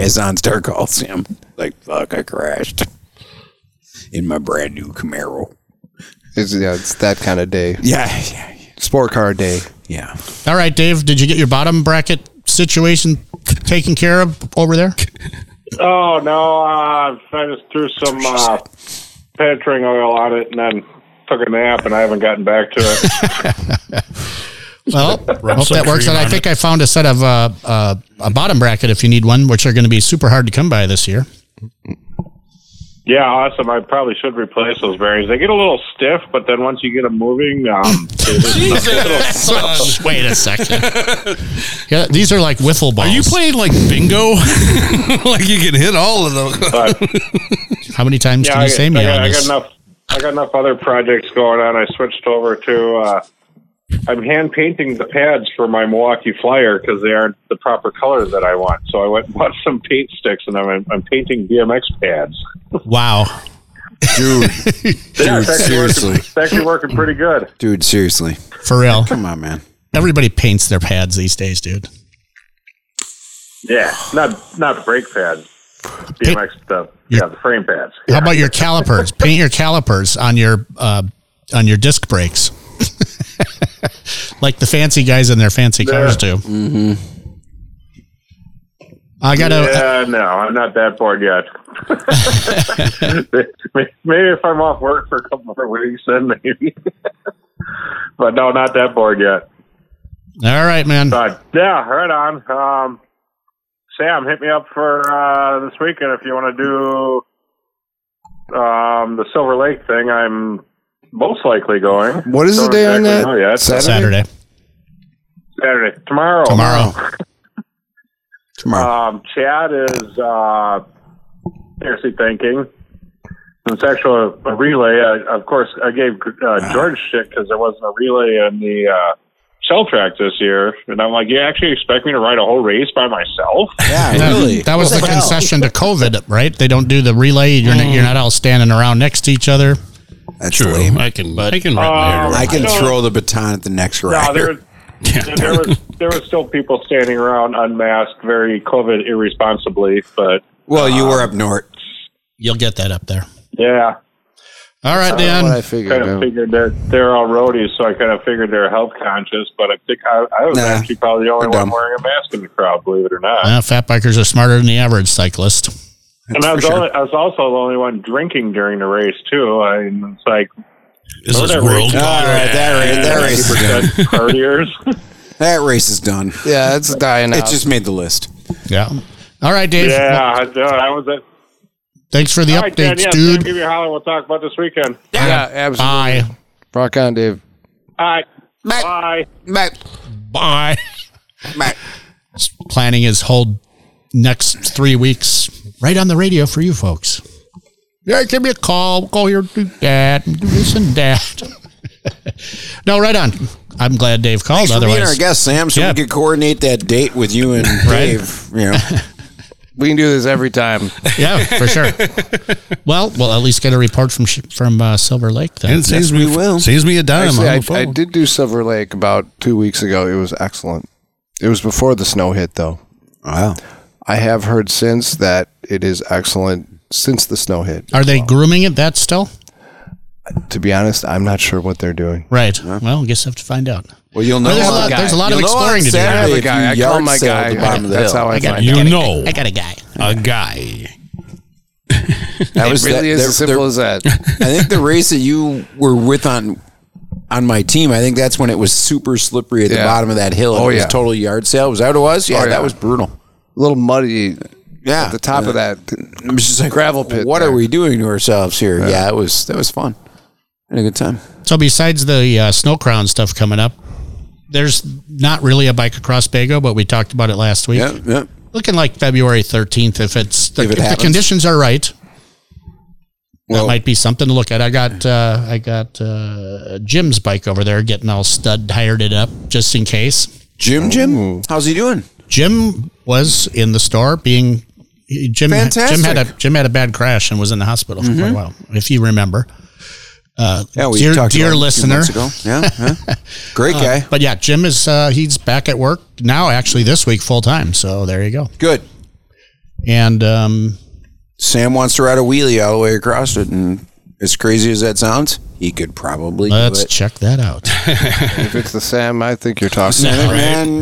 Speaker 2: as OnStar calls him. Like fuck, I crashed in my brand new Camaro.
Speaker 4: It's, yeah, it's that kind of day.
Speaker 2: Yeah, yeah,
Speaker 4: Sport car day.
Speaker 2: yeah.
Speaker 1: all right, Dave. Did you get your bottom bracket situation taken care of over there?
Speaker 5: Oh no! Uh, I just threw some uh, penetrating oil on it, and then took a nap, and I haven't gotten back to it.
Speaker 1: Well, hope
Speaker 3: some
Speaker 1: that works.
Speaker 3: cream
Speaker 1: And I
Speaker 3: on
Speaker 1: think I found a set of uh, uh, a bottom bracket if you need one, which are going to be super hard to come by this year.
Speaker 5: yeah, awesome. I probably should replace those bearings. They get a little stiff, but then once you get them moving, um, they loosen up.
Speaker 3: Uh,
Speaker 1: Wait a second. Yeah, these are like wiffle balls.
Speaker 3: Are you playing like bingo? like you can hit all of them.
Speaker 5: but
Speaker 1: How many times
Speaker 5: yeah,
Speaker 1: can
Speaker 5: I,
Speaker 1: you say
Speaker 5: I,
Speaker 1: me
Speaker 5: got,
Speaker 1: on
Speaker 5: I
Speaker 1: this?
Speaker 5: got enough. I got enough other projects going on. I switched over to uh, I'm hand painting the pads for my Milwaukee Flyer because they aren't the proper color that I want. So I went and bought some paint sticks and I'm, I'm painting BMX pads.
Speaker 1: Wow.
Speaker 2: dude, dude,
Speaker 5: Yeah, it's actually working,
Speaker 2: seriously,
Speaker 5: it's actually working pretty good.
Speaker 2: dude, seriously.
Speaker 1: For real.
Speaker 2: Come on, man.
Speaker 1: Everybody paints their pads these days, dude.
Speaker 5: Yeah, not not brake pads, BMX stuff. Yeah, the frame pads.
Speaker 1: How about your calipers? Paint your calipers on your uh, on your disc brakes, like the fancy guys in their fancy cars do. Mm-hmm. I gotta.
Speaker 5: Yeah, no, I'm not that bored yet. maybe if I'm off work for a couple more weeks, then maybe. but no, not that bored yet.
Speaker 1: All right, man.
Speaker 5: But yeah, right on. Um, Sam, hit me up for uh, this weekend if you want to do um, the Silver Lake thing. I'm most likely going.
Speaker 4: What is the
Speaker 5: Don't
Speaker 4: day on
Speaker 5: exactly
Speaker 4: that?
Speaker 5: know yet.
Speaker 1: Saturday,
Speaker 5: Saturday, tomorrow.
Speaker 1: tomorrow.
Speaker 2: Tomorrow.
Speaker 5: Um, Chad is uh, seriously thinking. It's actually a, a relay. Uh, of course, I gave uh, George shit because there wasn't a relay in the uh, shell track this year, and I'm like, you actually expect me to ride a whole race by myself?
Speaker 1: Yeah,
Speaker 2: yeah, really.
Speaker 1: That was
Speaker 2: What
Speaker 1: the
Speaker 2: hell?
Speaker 1: concession to COVID, right? They don't do the relay. You're not, you're not all standing around next to each other.
Speaker 2: That's
Speaker 3: True.
Speaker 2: lame.
Speaker 3: I can. I can. wrap my head
Speaker 5: Um,
Speaker 3: around
Speaker 2: I can
Speaker 5: No.
Speaker 2: throw the baton at the next
Speaker 5: No,
Speaker 2: rider.
Speaker 5: there,
Speaker 3: Yeah.
Speaker 5: there was there was still people standing around unmasked, very COVID irresponsibly. But
Speaker 2: well, you were up north.
Speaker 1: You'll get that up there.
Speaker 5: yeah,
Speaker 1: All right,
Speaker 4: That's what I
Speaker 1: Dan.
Speaker 4: figured.
Speaker 5: kind of
Speaker 4: out.
Speaker 5: figured that they're all roadies, so I kind of figured they're health conscious. But I think I, I was
Speaker 2: Nah,
Speaker 5: actually probably the only
Speaker 2: we're
Speaker 5: one
Speaker 2: dumb.
Speaker 5: wearing a mask in the crowd, believe it or not.
Speaker 1: Uh, fat bikers are smarter than the average cyclist.
Speaker 5: and I was,
Speaker 2: for sure.
Speaker 5: only, I was also the only one drinking during the race too. I mean, it's like
Speaker 3: This is
Speaker 5: Whatever.
Speaker 3: world.
Speaker 2: All right, that, ra- that race is done.
Speaker 5: 50% partiers.
Speaker 2: That race is done.
Speaker 4: Yeah, it's dying
Speaker 2: It
Speaker 4: out.
Speaker 2: just made the list.
Speaker 1: Yeah. All right, Dave.
Speaker 5: yeah, I- no, that was it.
Speaker 1: Thanks for the
Speaker 5: All right, Dan,
Speaker 1: updates,
Speaker 5: yeah, Sam,
Speaker 1: dude.
Speaker 5: give me a holler. We'll talk about this weekend.
Speaker 4: yeah, absolutely.
Speaker 1: Bye.
Speaker 4: Rock on, Dave.
Speaker 5: All right,
Speaker 2: Matt,
Speaker 5: bye.
Speaker 2: Matt,
Speaker 1: Bye.
Speaker 2: Matt.
Speaker 1: planning his whole next three weeks right on the radio for you folks. Yeah, give me a call. Go here, do that, and do this and that. no, right on. I'm glad Dave called.
Speaker 2: Thanks for being our
Speaker 1: Otherwise,
Speaker 2: guest, Sam, so
Speaker 1: Yeah.
Speaker 2: we could coordinate that date with you and Dave. You know,
Speaker 4: We can do this every time.
Speaker 1: yeah, for sure. well, we'll at least get a report from sh- from uh, Silver Lake then.
Speaker 3: And it saves
Speaker 2: we
Speaker 3: me.
Speaker 2: will.
Speaker 3: Saves me a dime
Speaker 4: Actually,
Speaker 3: on
Speaker 4: I,
Speaker 3: the phone.
Speaker 4: I did do Silver Lake about two weeks ago. It was excellent. It was before the snow hit, though.
Speaker 2: wow.
Speaker 4: I have heard since that it is excellent since the snow hit.
Speaker 1: Are they grooming it? That still
Speaker 4: To be honest, I'm not sure what they're doing.
Speaker 1: right? Well, I guess I have to find out.
Speaker 2: Well, you'll know.
Speaker 1: There's a
Speaker 2: on-
Speaker 1: lot. There's a lot of
Speaker 2: you'll know on
Speaker 1: exploring to do.
Speaker 2: Saturday
Speaker 4: I have a
Speaker 2: if
Speaker 4: guy.
Speaker 2: you
Speaker 4: I
Speaker 2: yard
Speaker 4: call my
Speaker 2: sale at
Speaker 4: guy.
Speaker 2: The bottom of the
Speaker 4: That's
Speaker 2: hill.
Speaker 4: how I find
Speaker 3: you
Speaker 4: out.
Speaker 3: know,
Speaker 1: I got a guy.
Speaker 3: a guy.
Speaker 2: That
Speaker 4: It
Speaker 2: was
Speaker 4: really
Speaker 2: that-
Speaker 4: is
Speaker 2: there-
Speaker 4: as
Speaker 2: there-
Speaker 4: simple as that.
Speaker 2: I think the race that you were with on on my team, I think that's when it was super slippery at the
Speaker 4: Yeah.
Speaker 2: bottom of that hill.
Speaker 4: Oh,
Speaker 2: it was
Speaker 4: yeah.
Speaker 2: total yard sale. Was that what it was? Yeah,
Speaker 4: Oh, yeah.
Speaker 2: that was brutal.
Speaker 4: A little muddy
Speaker 2: Yeah.
Speaker 4: at the top of that.
Speaker 2: I'm just like
Speaker 4: gravel pit
Speaker 2: What
Speaker 4: there.
Speaker 2: are we doing to ourselves here? Yeah, it was that was fun. Had a good time.
Speaker 1: So besides the uh, snow crown stuff coming up, there's not really a bike across Bago, but we talked about it last week.
Speaker 2: Yeah, yeah.
Speaker 1: looking like February 13th if it's the,
Speaker 2: If
Speaker 1: if
Speaker 2: it
Speaker 1: the
Speaker 2: happens.
Speaker 1: conditions are right.
Speaker 2: Well,
Speaker 1: that might be something to look at. I got uh, I got uh, Jim's bike over there getting all stud tired it up just in case.
Speaker 2: Jim, Jim, how's he doing?
Speaker 1: Jim was in the store being he- Jim Jim had a
Speaker 2: Fantastic. Mm-hmm.
Speaker 1: Jim had a bad crash and was in the hospital for quite a while, if you remember. Uh,
Speaker 2: Yeah, we
Speaker 1: Dear-
Speaker 2: talked
Speaker 1: dear
Speaker 2: about him a few months
Speaker 1: listener.
Speaker 2: ago. Yeah, yeah. great guy.
Speaker 1: But yeah, Jim is uh, he's back at work now actually this week full time. So there you go.
Speaker 2: Good.
Speaker 1: And um,
Speaker 2: Sam wants to ride a wheelie all the way across it, and as crazy as that sounds, he could probably
Speaker 1: let's
Speaker 2: do it.
Speaker 1: check that out.
Speaker 4: If it's the Sam, I think you're talking.
Speaker 2: Sam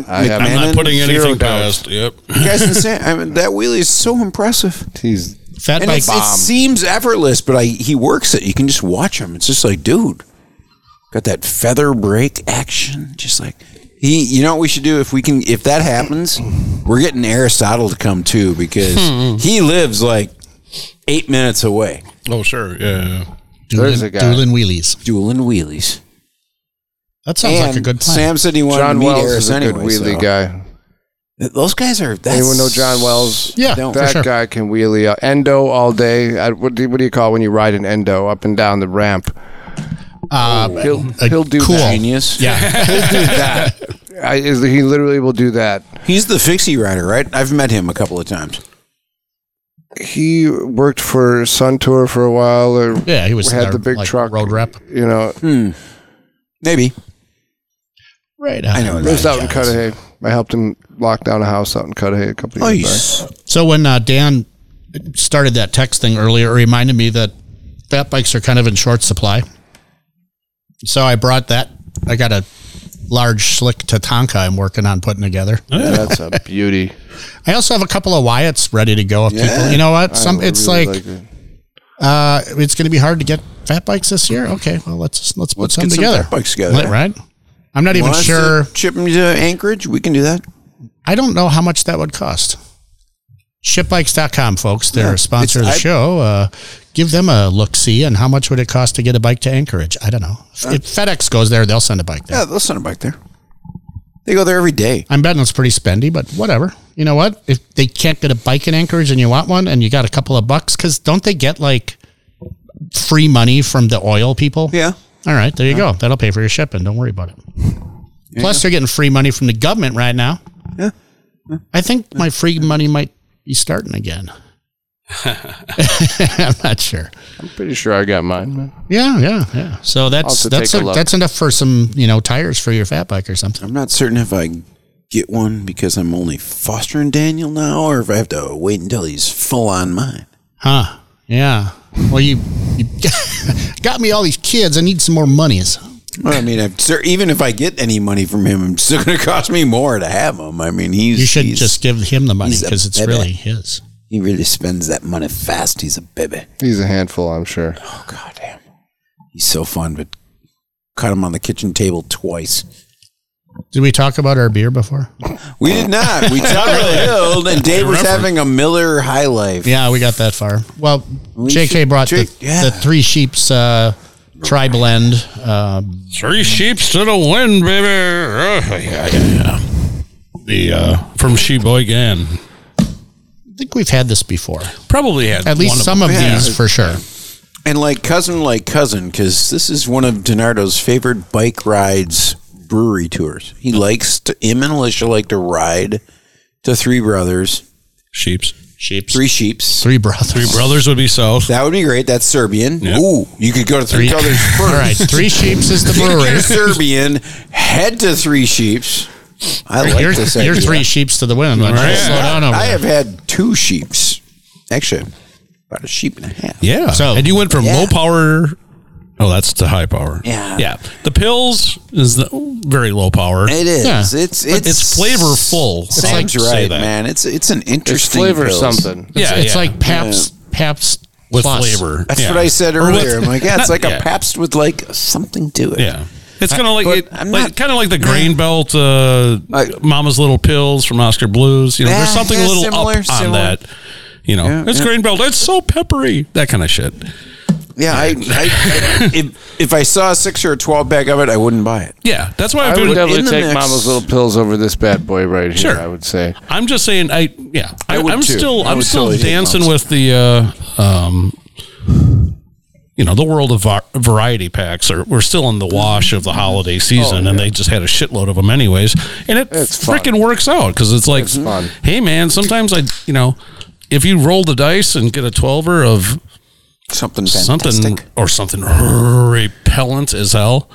Speaker 2: McMahon-
Speaker 4: I have-
Speaker 3: I'm
Speaker 2: McMahon,
Speaker 3: not putting
Speaker 4: zero
Speaker 3: anything
Speaker 4: doubt.
Speaker 3: past. Yep.
Speaker 2: you guys in Sam. I mean, that wheelie is so impressive,
Speaker 4: He's
Speaker 1: Fat
Speaker 2: and
Speaker 1: bike
Speaker 2: it's, it seems effortless, but I, he works it. You can just watch him. It's just like, dude, got that feather break action, just like he. You know what we should do if we can, if that happens, we're getting Aristotle to come too because
Speaker 1: Hmm.
Speaker 2: he lives like eight minutes away,
Speaker 3: Oh sure. Yeah.
Speaker 4: There's
Speaker 1: dueling,
Speaker 4: a guy.
Speaker 1: dueling wheelies.
Speaker 2: dueling wheelies.
Speaker 1: That sounds like a good plan.
Speaker 2: Sam said he wanted
Speaker 4: John
Speaker 2: to meet
Speaker 4: Wells
Speaker 2: Harris
Speaker 4: is a
Speaker 2: anyway.
Speaker 4: good wheelie
Speaker 2: so-
Speaker 4: guy.
Speaker 2: Th- Those guys are. That's,
Speaker 4: Anyone know John Wells?
Speaker 1: yeah,
Speaker 2: don't.
Speaker 1: for
Speaker 4: That
Speaker 1: sure.
Speaker 4: guy can wheelie uh, endo all day. I, what, do, what do you call when you ride an endo up and down the ramp?
Speaker 1: Uh,
Speaker 4: He'll,
Speaker 1: uh,
Speaker 4: he'll do
Speaker 1: cool.
Speaker 4: that.
Speaker 2: Genius.
Speaker 1: Yeah.
Speaker 4: He'll do that. I, is- he literally will do that.
Speaker 2: He's the fixie rider, right? I've met him a couple of times.
Speaker 4: He worked for Suntour for a while. Or,
Speaker 1: Yeah, he was
Speaker 4: had
Speaker 1: their,
Speaker 4: the big
Speaker 1: like,
Speaker 4: truck.
Speaker 1: road rep.
Speaker 4: You know,
Speaker 2: Maybe.
Speaker 1: Right.
Speaker 2: I know.
Speaker 4: it was
Speaker 2: Ryan
Speaker 4: out in
Speaker 2: Johnson.
Speaker 4: Cudahy. I helped him lock down a house out in Cudahy a couple of years back.
Speaker 2: Nice.
Speaker 1: So when uh, Dan started that text thing earlier, it reminded me that fat bikes are kind of in short supply. So I brought that. I got a large slick Tatanka I'm working on putting together.
Speaker 4: Yeah, that's a beauty.
Speaker 1: I also have a couple of Wyatts ready to go. If people,
Speaker 2: Yeah.
Speaker 1: you know what, some
Speaker 4: I
Speaker 1: it's
Speaker 4: really
Speaker 1: like
Speaker 4: it.
Speaker 1: uh, it's going to be hard to get fat bikes this year. Okay, well let's let's put
Speaker 2: Let's
Speaker 1: some
Speaker 2: get some
Speaker 1: together.
Speaker 2: fat bikes together.
Speaker 1: Li- right? I'm not even
Speaker 2: Want us to
Speaker 1: sure.
Speaker 2: Ship him to Anchorage. We can do that.
Speaker 1: I don't know how much that would cost. Shipbikes.com, folks. They're a sponsor of the
Speaker 2: it's- I-
Speaker 1: show. Uh, give them a look see and how much would it cost to get a bike to Anchorage? I don't know. If, if FedEx goes there, they'll send a bike there.
Speaker 2: Yeah, they'll send a bike there. They go there every day.
Speaker 1: I'm betting it's pretty spendy, but whatever. You know what? If they can't get a bike in Anchorage and you want one and you got a couple of bucks, because don't they get like free money from the oil people?
Speaker 2: Yeah.
Speaker 1: All right, there you go. That'll pay for your shipping. Don't worry about it. Plus, they're getting free money from the government right now.
Speaker 2: Yeah.
Speaker 1: I think my free money might be starting again. I'm not sure.
Speaker 4: I'm pretty sure I got mine. Man.
Speaker 1: Yeah, yeah, yeah. So that's
Speaker 4: Also
Speaker 1: that's
Speaker 4: take
Speaker 1: a,
Speaker 4: a look.
Speaker 1: that's enough for some you know tires for your fat bike or something.
Speaker 2: I'm not certain if I get one because I'm only fostering Daniel now, or if I have to wait until he's full on mine.
Speaker 1: Huh? Yeah. Well, you, you got me all these kids. I need some more monies.
Speaker 2: Well, I mean, I'm cer- even if I get any money from him, it's still going to cost me more to have him. I mean, he's
Speaker 1: You should
Speaker 2: he's-
Speaker 1: just give him the money
Speaker 2: he's a
Speaker 1: because it's
Speaker 2: baby.
Speaker 1: really his.
Speaker 2: he really spends that money fast. He's a baby.
Speaker 4: He's a handful, I'm sure.
Speaker 2: Oh goddamn, he's so fun, but cut him on the kitchen table twice.
Speaker 1: Did we talk about our beer before?
Speaker 2: We did not. We talked about Hill, and Dave was having a Miller High Life.
Speaker 1: Yeah, we got that far. Well,
Speaker 2: We
Speaker 1: JK
Speaker 2: should-
Speaker 1: brought
Speaker 2: Jake-
Speaker 1: the,
Speaker 2: yeah.
Speaker 1: the three sheeps uh, tri blend. Uh,
Speaker 3: Three sheeps to the wind, baby. Oh, yeah, yeah, yeah. The uh, from Sheboygan.
Speaker 1: I think we've had this before.
Speaker 3: Probably had
Speaker 1: At least
Speaker 3: one
Speaker 1: some of,
Speaker 2: them.
Speaker 1: these
Speaker 2: Yeah.
Speaker 1: for sure.
Speaker 2: And like cousin, like cousin, because this is one of Donardo's favorite bike rides, brewery tours. He likes to, him and Alicia like to ride to Three Brothers,
Speaker 3: sheeps.
Speaker 1: Sheeps. Three,
Speaker 2: Three Sheeps.
Speaker 1: brothers.
Speaker 3: Three brothers would be south.
Speaker 2: That would be great. That's Serbian.
Speaker 3: Yeah.
Speaker 2: Ooh, you could go to
Speaker 1: Three-
Speaker 2: Three, Brothers first.
Speaker 1: All right. Three sheeps is the
Speaker 2: You're
Speaker 1: brewery.
Speaker 2: Serbian, head to Three Sheeps. I like
Speaker 1: You're,
Speaker 2: this
Speaker 1: you're
Speaker 2: idea.
Speaker 1: three sheeps to the wind. Why don't you
Speaker 3: Right.
Speaker 1: Slow down over
Speaker 2: I
Speaker 1: there?
Speaker 2: have had two sheeps, actually, about a sheep and a half.
Speaker 3: Yeah.
Speaker 1: So-
Speaker 3: and you went from
Speaker 2: Yeah.
Speaker 3: low power. Oh, that's to high power.
Speaker 2: Yeah.
Speaker 3: Yeah. The pills is the, very low power.
Speaker 2: It is.
Speaker 1: Yeah.
Speaker 2: It's, it's
Speaker 3: it's flavorful. It's
Speaker 2: Sam's
Speaker 3: like- say
Speaker 2: right,
Speaker 3: that.
Speaker 2: man. It's it's an
Speaker 4: It's
Speaker 2: interesting
Speaker 4: flavor
Speaker 2: pill.
Speaker 4: something.
Speaker 1: It's,
Speaker 3: yeah.
Speaker 1: it's
Speaker 3: yeah.
Speaker 1: like Pabst, Pabst
Speaker 3: with
Speaker 1: Plus.
Speaker 3: flavor.
Speaker 2: That's
Speaker 3: Yeah.
Speaker 2: what I said
Speaker 3: Or with-
Speaker 2: earlier. I'm like, yeah, it's
Speaker 3: not-
Speaker 2: like
Speaker 3: yeah.
Speaker 2: a Pabst with like something to it.
Speaker 3: Yeah. It's kind of like,
Speaker 2: but
Speaker 3: it,
Speaker 2: I'm
Speaker 3: like
Speaker 2: not-
Speaker 3: kind of like the grain belt, uh,
Speaker 2: I-
Speaker 3: Mama's Little Pills from Oscar Blues. You know,
Speaker 2: Yeah,
Speaker 3: there's something
Speaker 2: yeah,
Speaker 3: a little
Speaker 2: similar,
Speaker 3: up on
Speaker 2: similar.
Speaker 3: that. You know, it's grain belt. It's so peppery. That kind of shit.
Speaker 2: yeah. I, I if, if I saw a six or a twelve pack of it, I wouldn't buy it.
Speaker 3: Yeah, that's why
Speaker 4: I
Speaker 3: I've
Speaker 4: would
Speaker 3: been.
Speaker 4: definitely
Speaker 2: in the
Speaker 4: take
Speaker 2: mix-
Speaker 4: Mama's little pills over this bad boy right here.
Speaker 3: Sure.
Speaker 4: I would say
Speaker 3: I'm just saying. I yeah. I,
Speaker 2: would
Speaker 3: am
Speaker 2: too.
Speaker 3: still.
Speaker 2: I
Speaker 3: I'm
Speaker 2: would
Speaker 3: still
Speaker 2: totally take
Speaker 3: dancing
Speaker 2: Mom's.
Speaker 3: with the. Uh, um, you know the world of var- variety packs are we're still in the wash of the holiday season and they just had a shitload of them anyways and it
Speaker 4: It's fun.
Speaker 3: freaking works out because it's like
Speaker 4: fun.
Speaker 3: hey man sometimes I you know if you roll the dice and get a twelver of
Speaker 2: Something fantastic.
Speaker 3: something or something repellent as hell.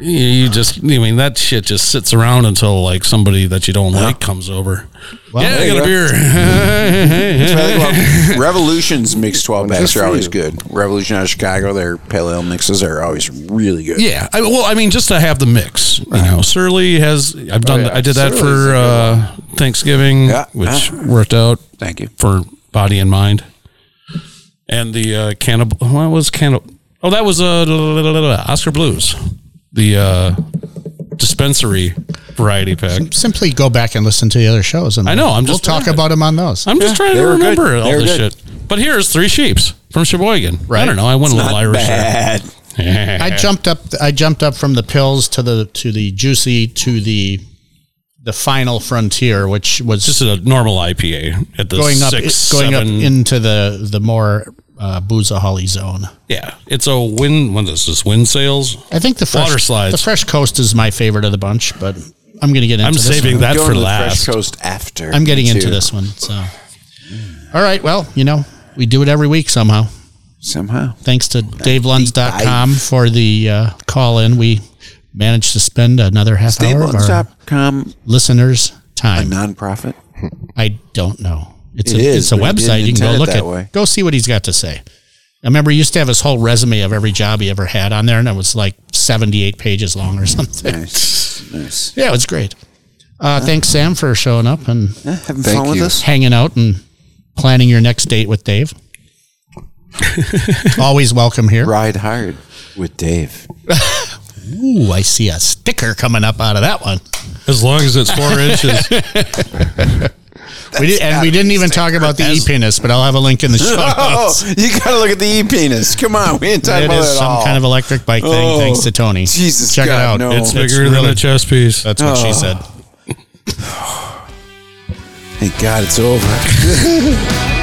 Speaker 3: You- You just, I mean, that shit just sits around until like somebody that you don't like comes over. yeah, I
Speaker 2: there
Speaker 3: got a beer.
Speaker 2: That's why I love- Uh, Revolutions mixed twelve packs
Speaker 4: for
Speaker 2: are always
Speaker 4: you.
Speaker 2: good. Revolution out of Chicago, their pale ale mixes are always really good.
Speaker 3: yeah, I, well, I mean, just to have the mix. You
Speaker 2: Uh-huh.
Speaker 3: know, Surly has. I've done.
Speaker 2: Oh,
Speaker 4: yeah,
Speaker 3: I did that
Speaker 4: Surly's a
Speaker 3: for
Speaker 4: good
Speaker 3: uh, Thanksgiving,
Speaker 2: Yeah, uh-huh.
Speaker 3: which worked out
Speaker 2: Thank you.
Speaker 3: for body and mind. And the uh, cannibal. What was cannibal? Oh, that was uh, Oscar Blues, the uh, dispensary variety pack.
Speaker 1: Simply go back and listen to the other shows. And
Speaker 3: I know, I'm
Speaker 1: we'll
Speaker 3: just
Speaker 1: talk
Speaker 3: trying.
Speaker 1: about them on those.
Speaker 3: I'm just trying
Speaker 2: they
Speaker 3: to
Speaker 2: were good.
Speaker 3: remember all
Speaker 2: They were
Speaker 3: this
Speaker 2: good.
Speaker 3: shit. But here's three sheeps from Sheboygan. I don't know. I went a little
Speaker 2: Not
Speaker 3: Irish. uh, there.
Speaker 2: bad.
Speaker 1: I jumped up. I jumped up from the pills to the to the juicy to the the final frontier, which was
Speaker 3: Just a normal IPA at the
Speaker 1: going up
Speaker 3: six,
Speaker 1: going
Speaker 3: seven-
Speaker 1: up into the the more uh, Boozaholly Zone.
Speaker 3: Yeah, it's a wind. When is this wind sales?
Speaker 1: I think the fresh,
Speaker 3: Water slides.
Speaker 1: The fresh coast is my favorite of the bunch, but I'm going to get into.
Speaker 3: I'm
Speaker 1: this
Speaker 3: saving
Speaker 1: one.
Speaker 3: that
Speaker 2: Going
Speaker 3: for
Speaker 2: to the
Speaker 3: last.
Speaker 2: Fresh Coast after.
Speaker 1: I'm getting into
Speaker 2: too.
Speaker 1: this one. So, all right. Well, you know, we do it every week somehow.
Speaker 2: somehow.
Speaker 1: Thanks to DaveLuns.com for the uh, call in. We managed to spend another half hour of our
Speaker 2: Stablons.com,
Speaker 1: listeners'
Speaker 2: a
Speaker 1: time.
Speaker 2: nonprofit.
Speaker 1: I don't know. It's
Speaker 2: It
Speaker 1: a,
Speaker 2: is,
Speaker 1: it's a
Speaker 2: but he
Speaker 1: website.
Speaker 2: didn't
Speaker 1: You can
Speaker 2: intend
Speaker 1: go
Speaker 2: it
Speaker 1: look
Speaker 2: that
Speaker 1: at.
Speaker 2: way.
Speaker 1: Go see what he's got to say. I remember he used to have his whole resume of every job he ever had on there, and it was like 78 pages long or something.
Speaker 2: Nice. nice.
Speaker 1: Yeah, it was great. Uh, thanks, Sam, for showing up and
Speaker 2: Yeah, having
Speaker 4: Thank
Speaker 2: fun with
Speaker 4: you.
Speaker 2: us.
Speaker 1: hanging out and planning your next date with Dave. Always welcome here.
Speaker 2: Ride hard with Dave.
Speaker 1: Ooh, I see a sticker coming up out of that one.
Speaker 3: As long as it's four inches.
Speaker 1: We did, and we didn't even talk about the e penis, but I'll have a link in the show
Speaker 2: Oh,
Speaker 1: notes.
Speaker 2: you got to look at the e penis. Come on, we ain't talking
Speaker 1: It
Speaker 2: about
Speaker 1: is
Speaker 2: it at
Speaker 1: some
Speaker 2: all.
Speaker 1: kind of electric bike thing,
Speaker 2: Oh,
Speaker 1: thanks to Tony.
Speaker 2: Jesus
Speaker 1: check
Speaker 2: God,
Speaker 1: it out.
Speaker 2: no. Oh.
Speaker 3: It's
Speaker 2: It's
Speaker 3: bigger than a
Speaker 1: really-
Speaker 3: chess piece.
Speaker 1: That's what she said.
Speaker 2: Thank God it's over.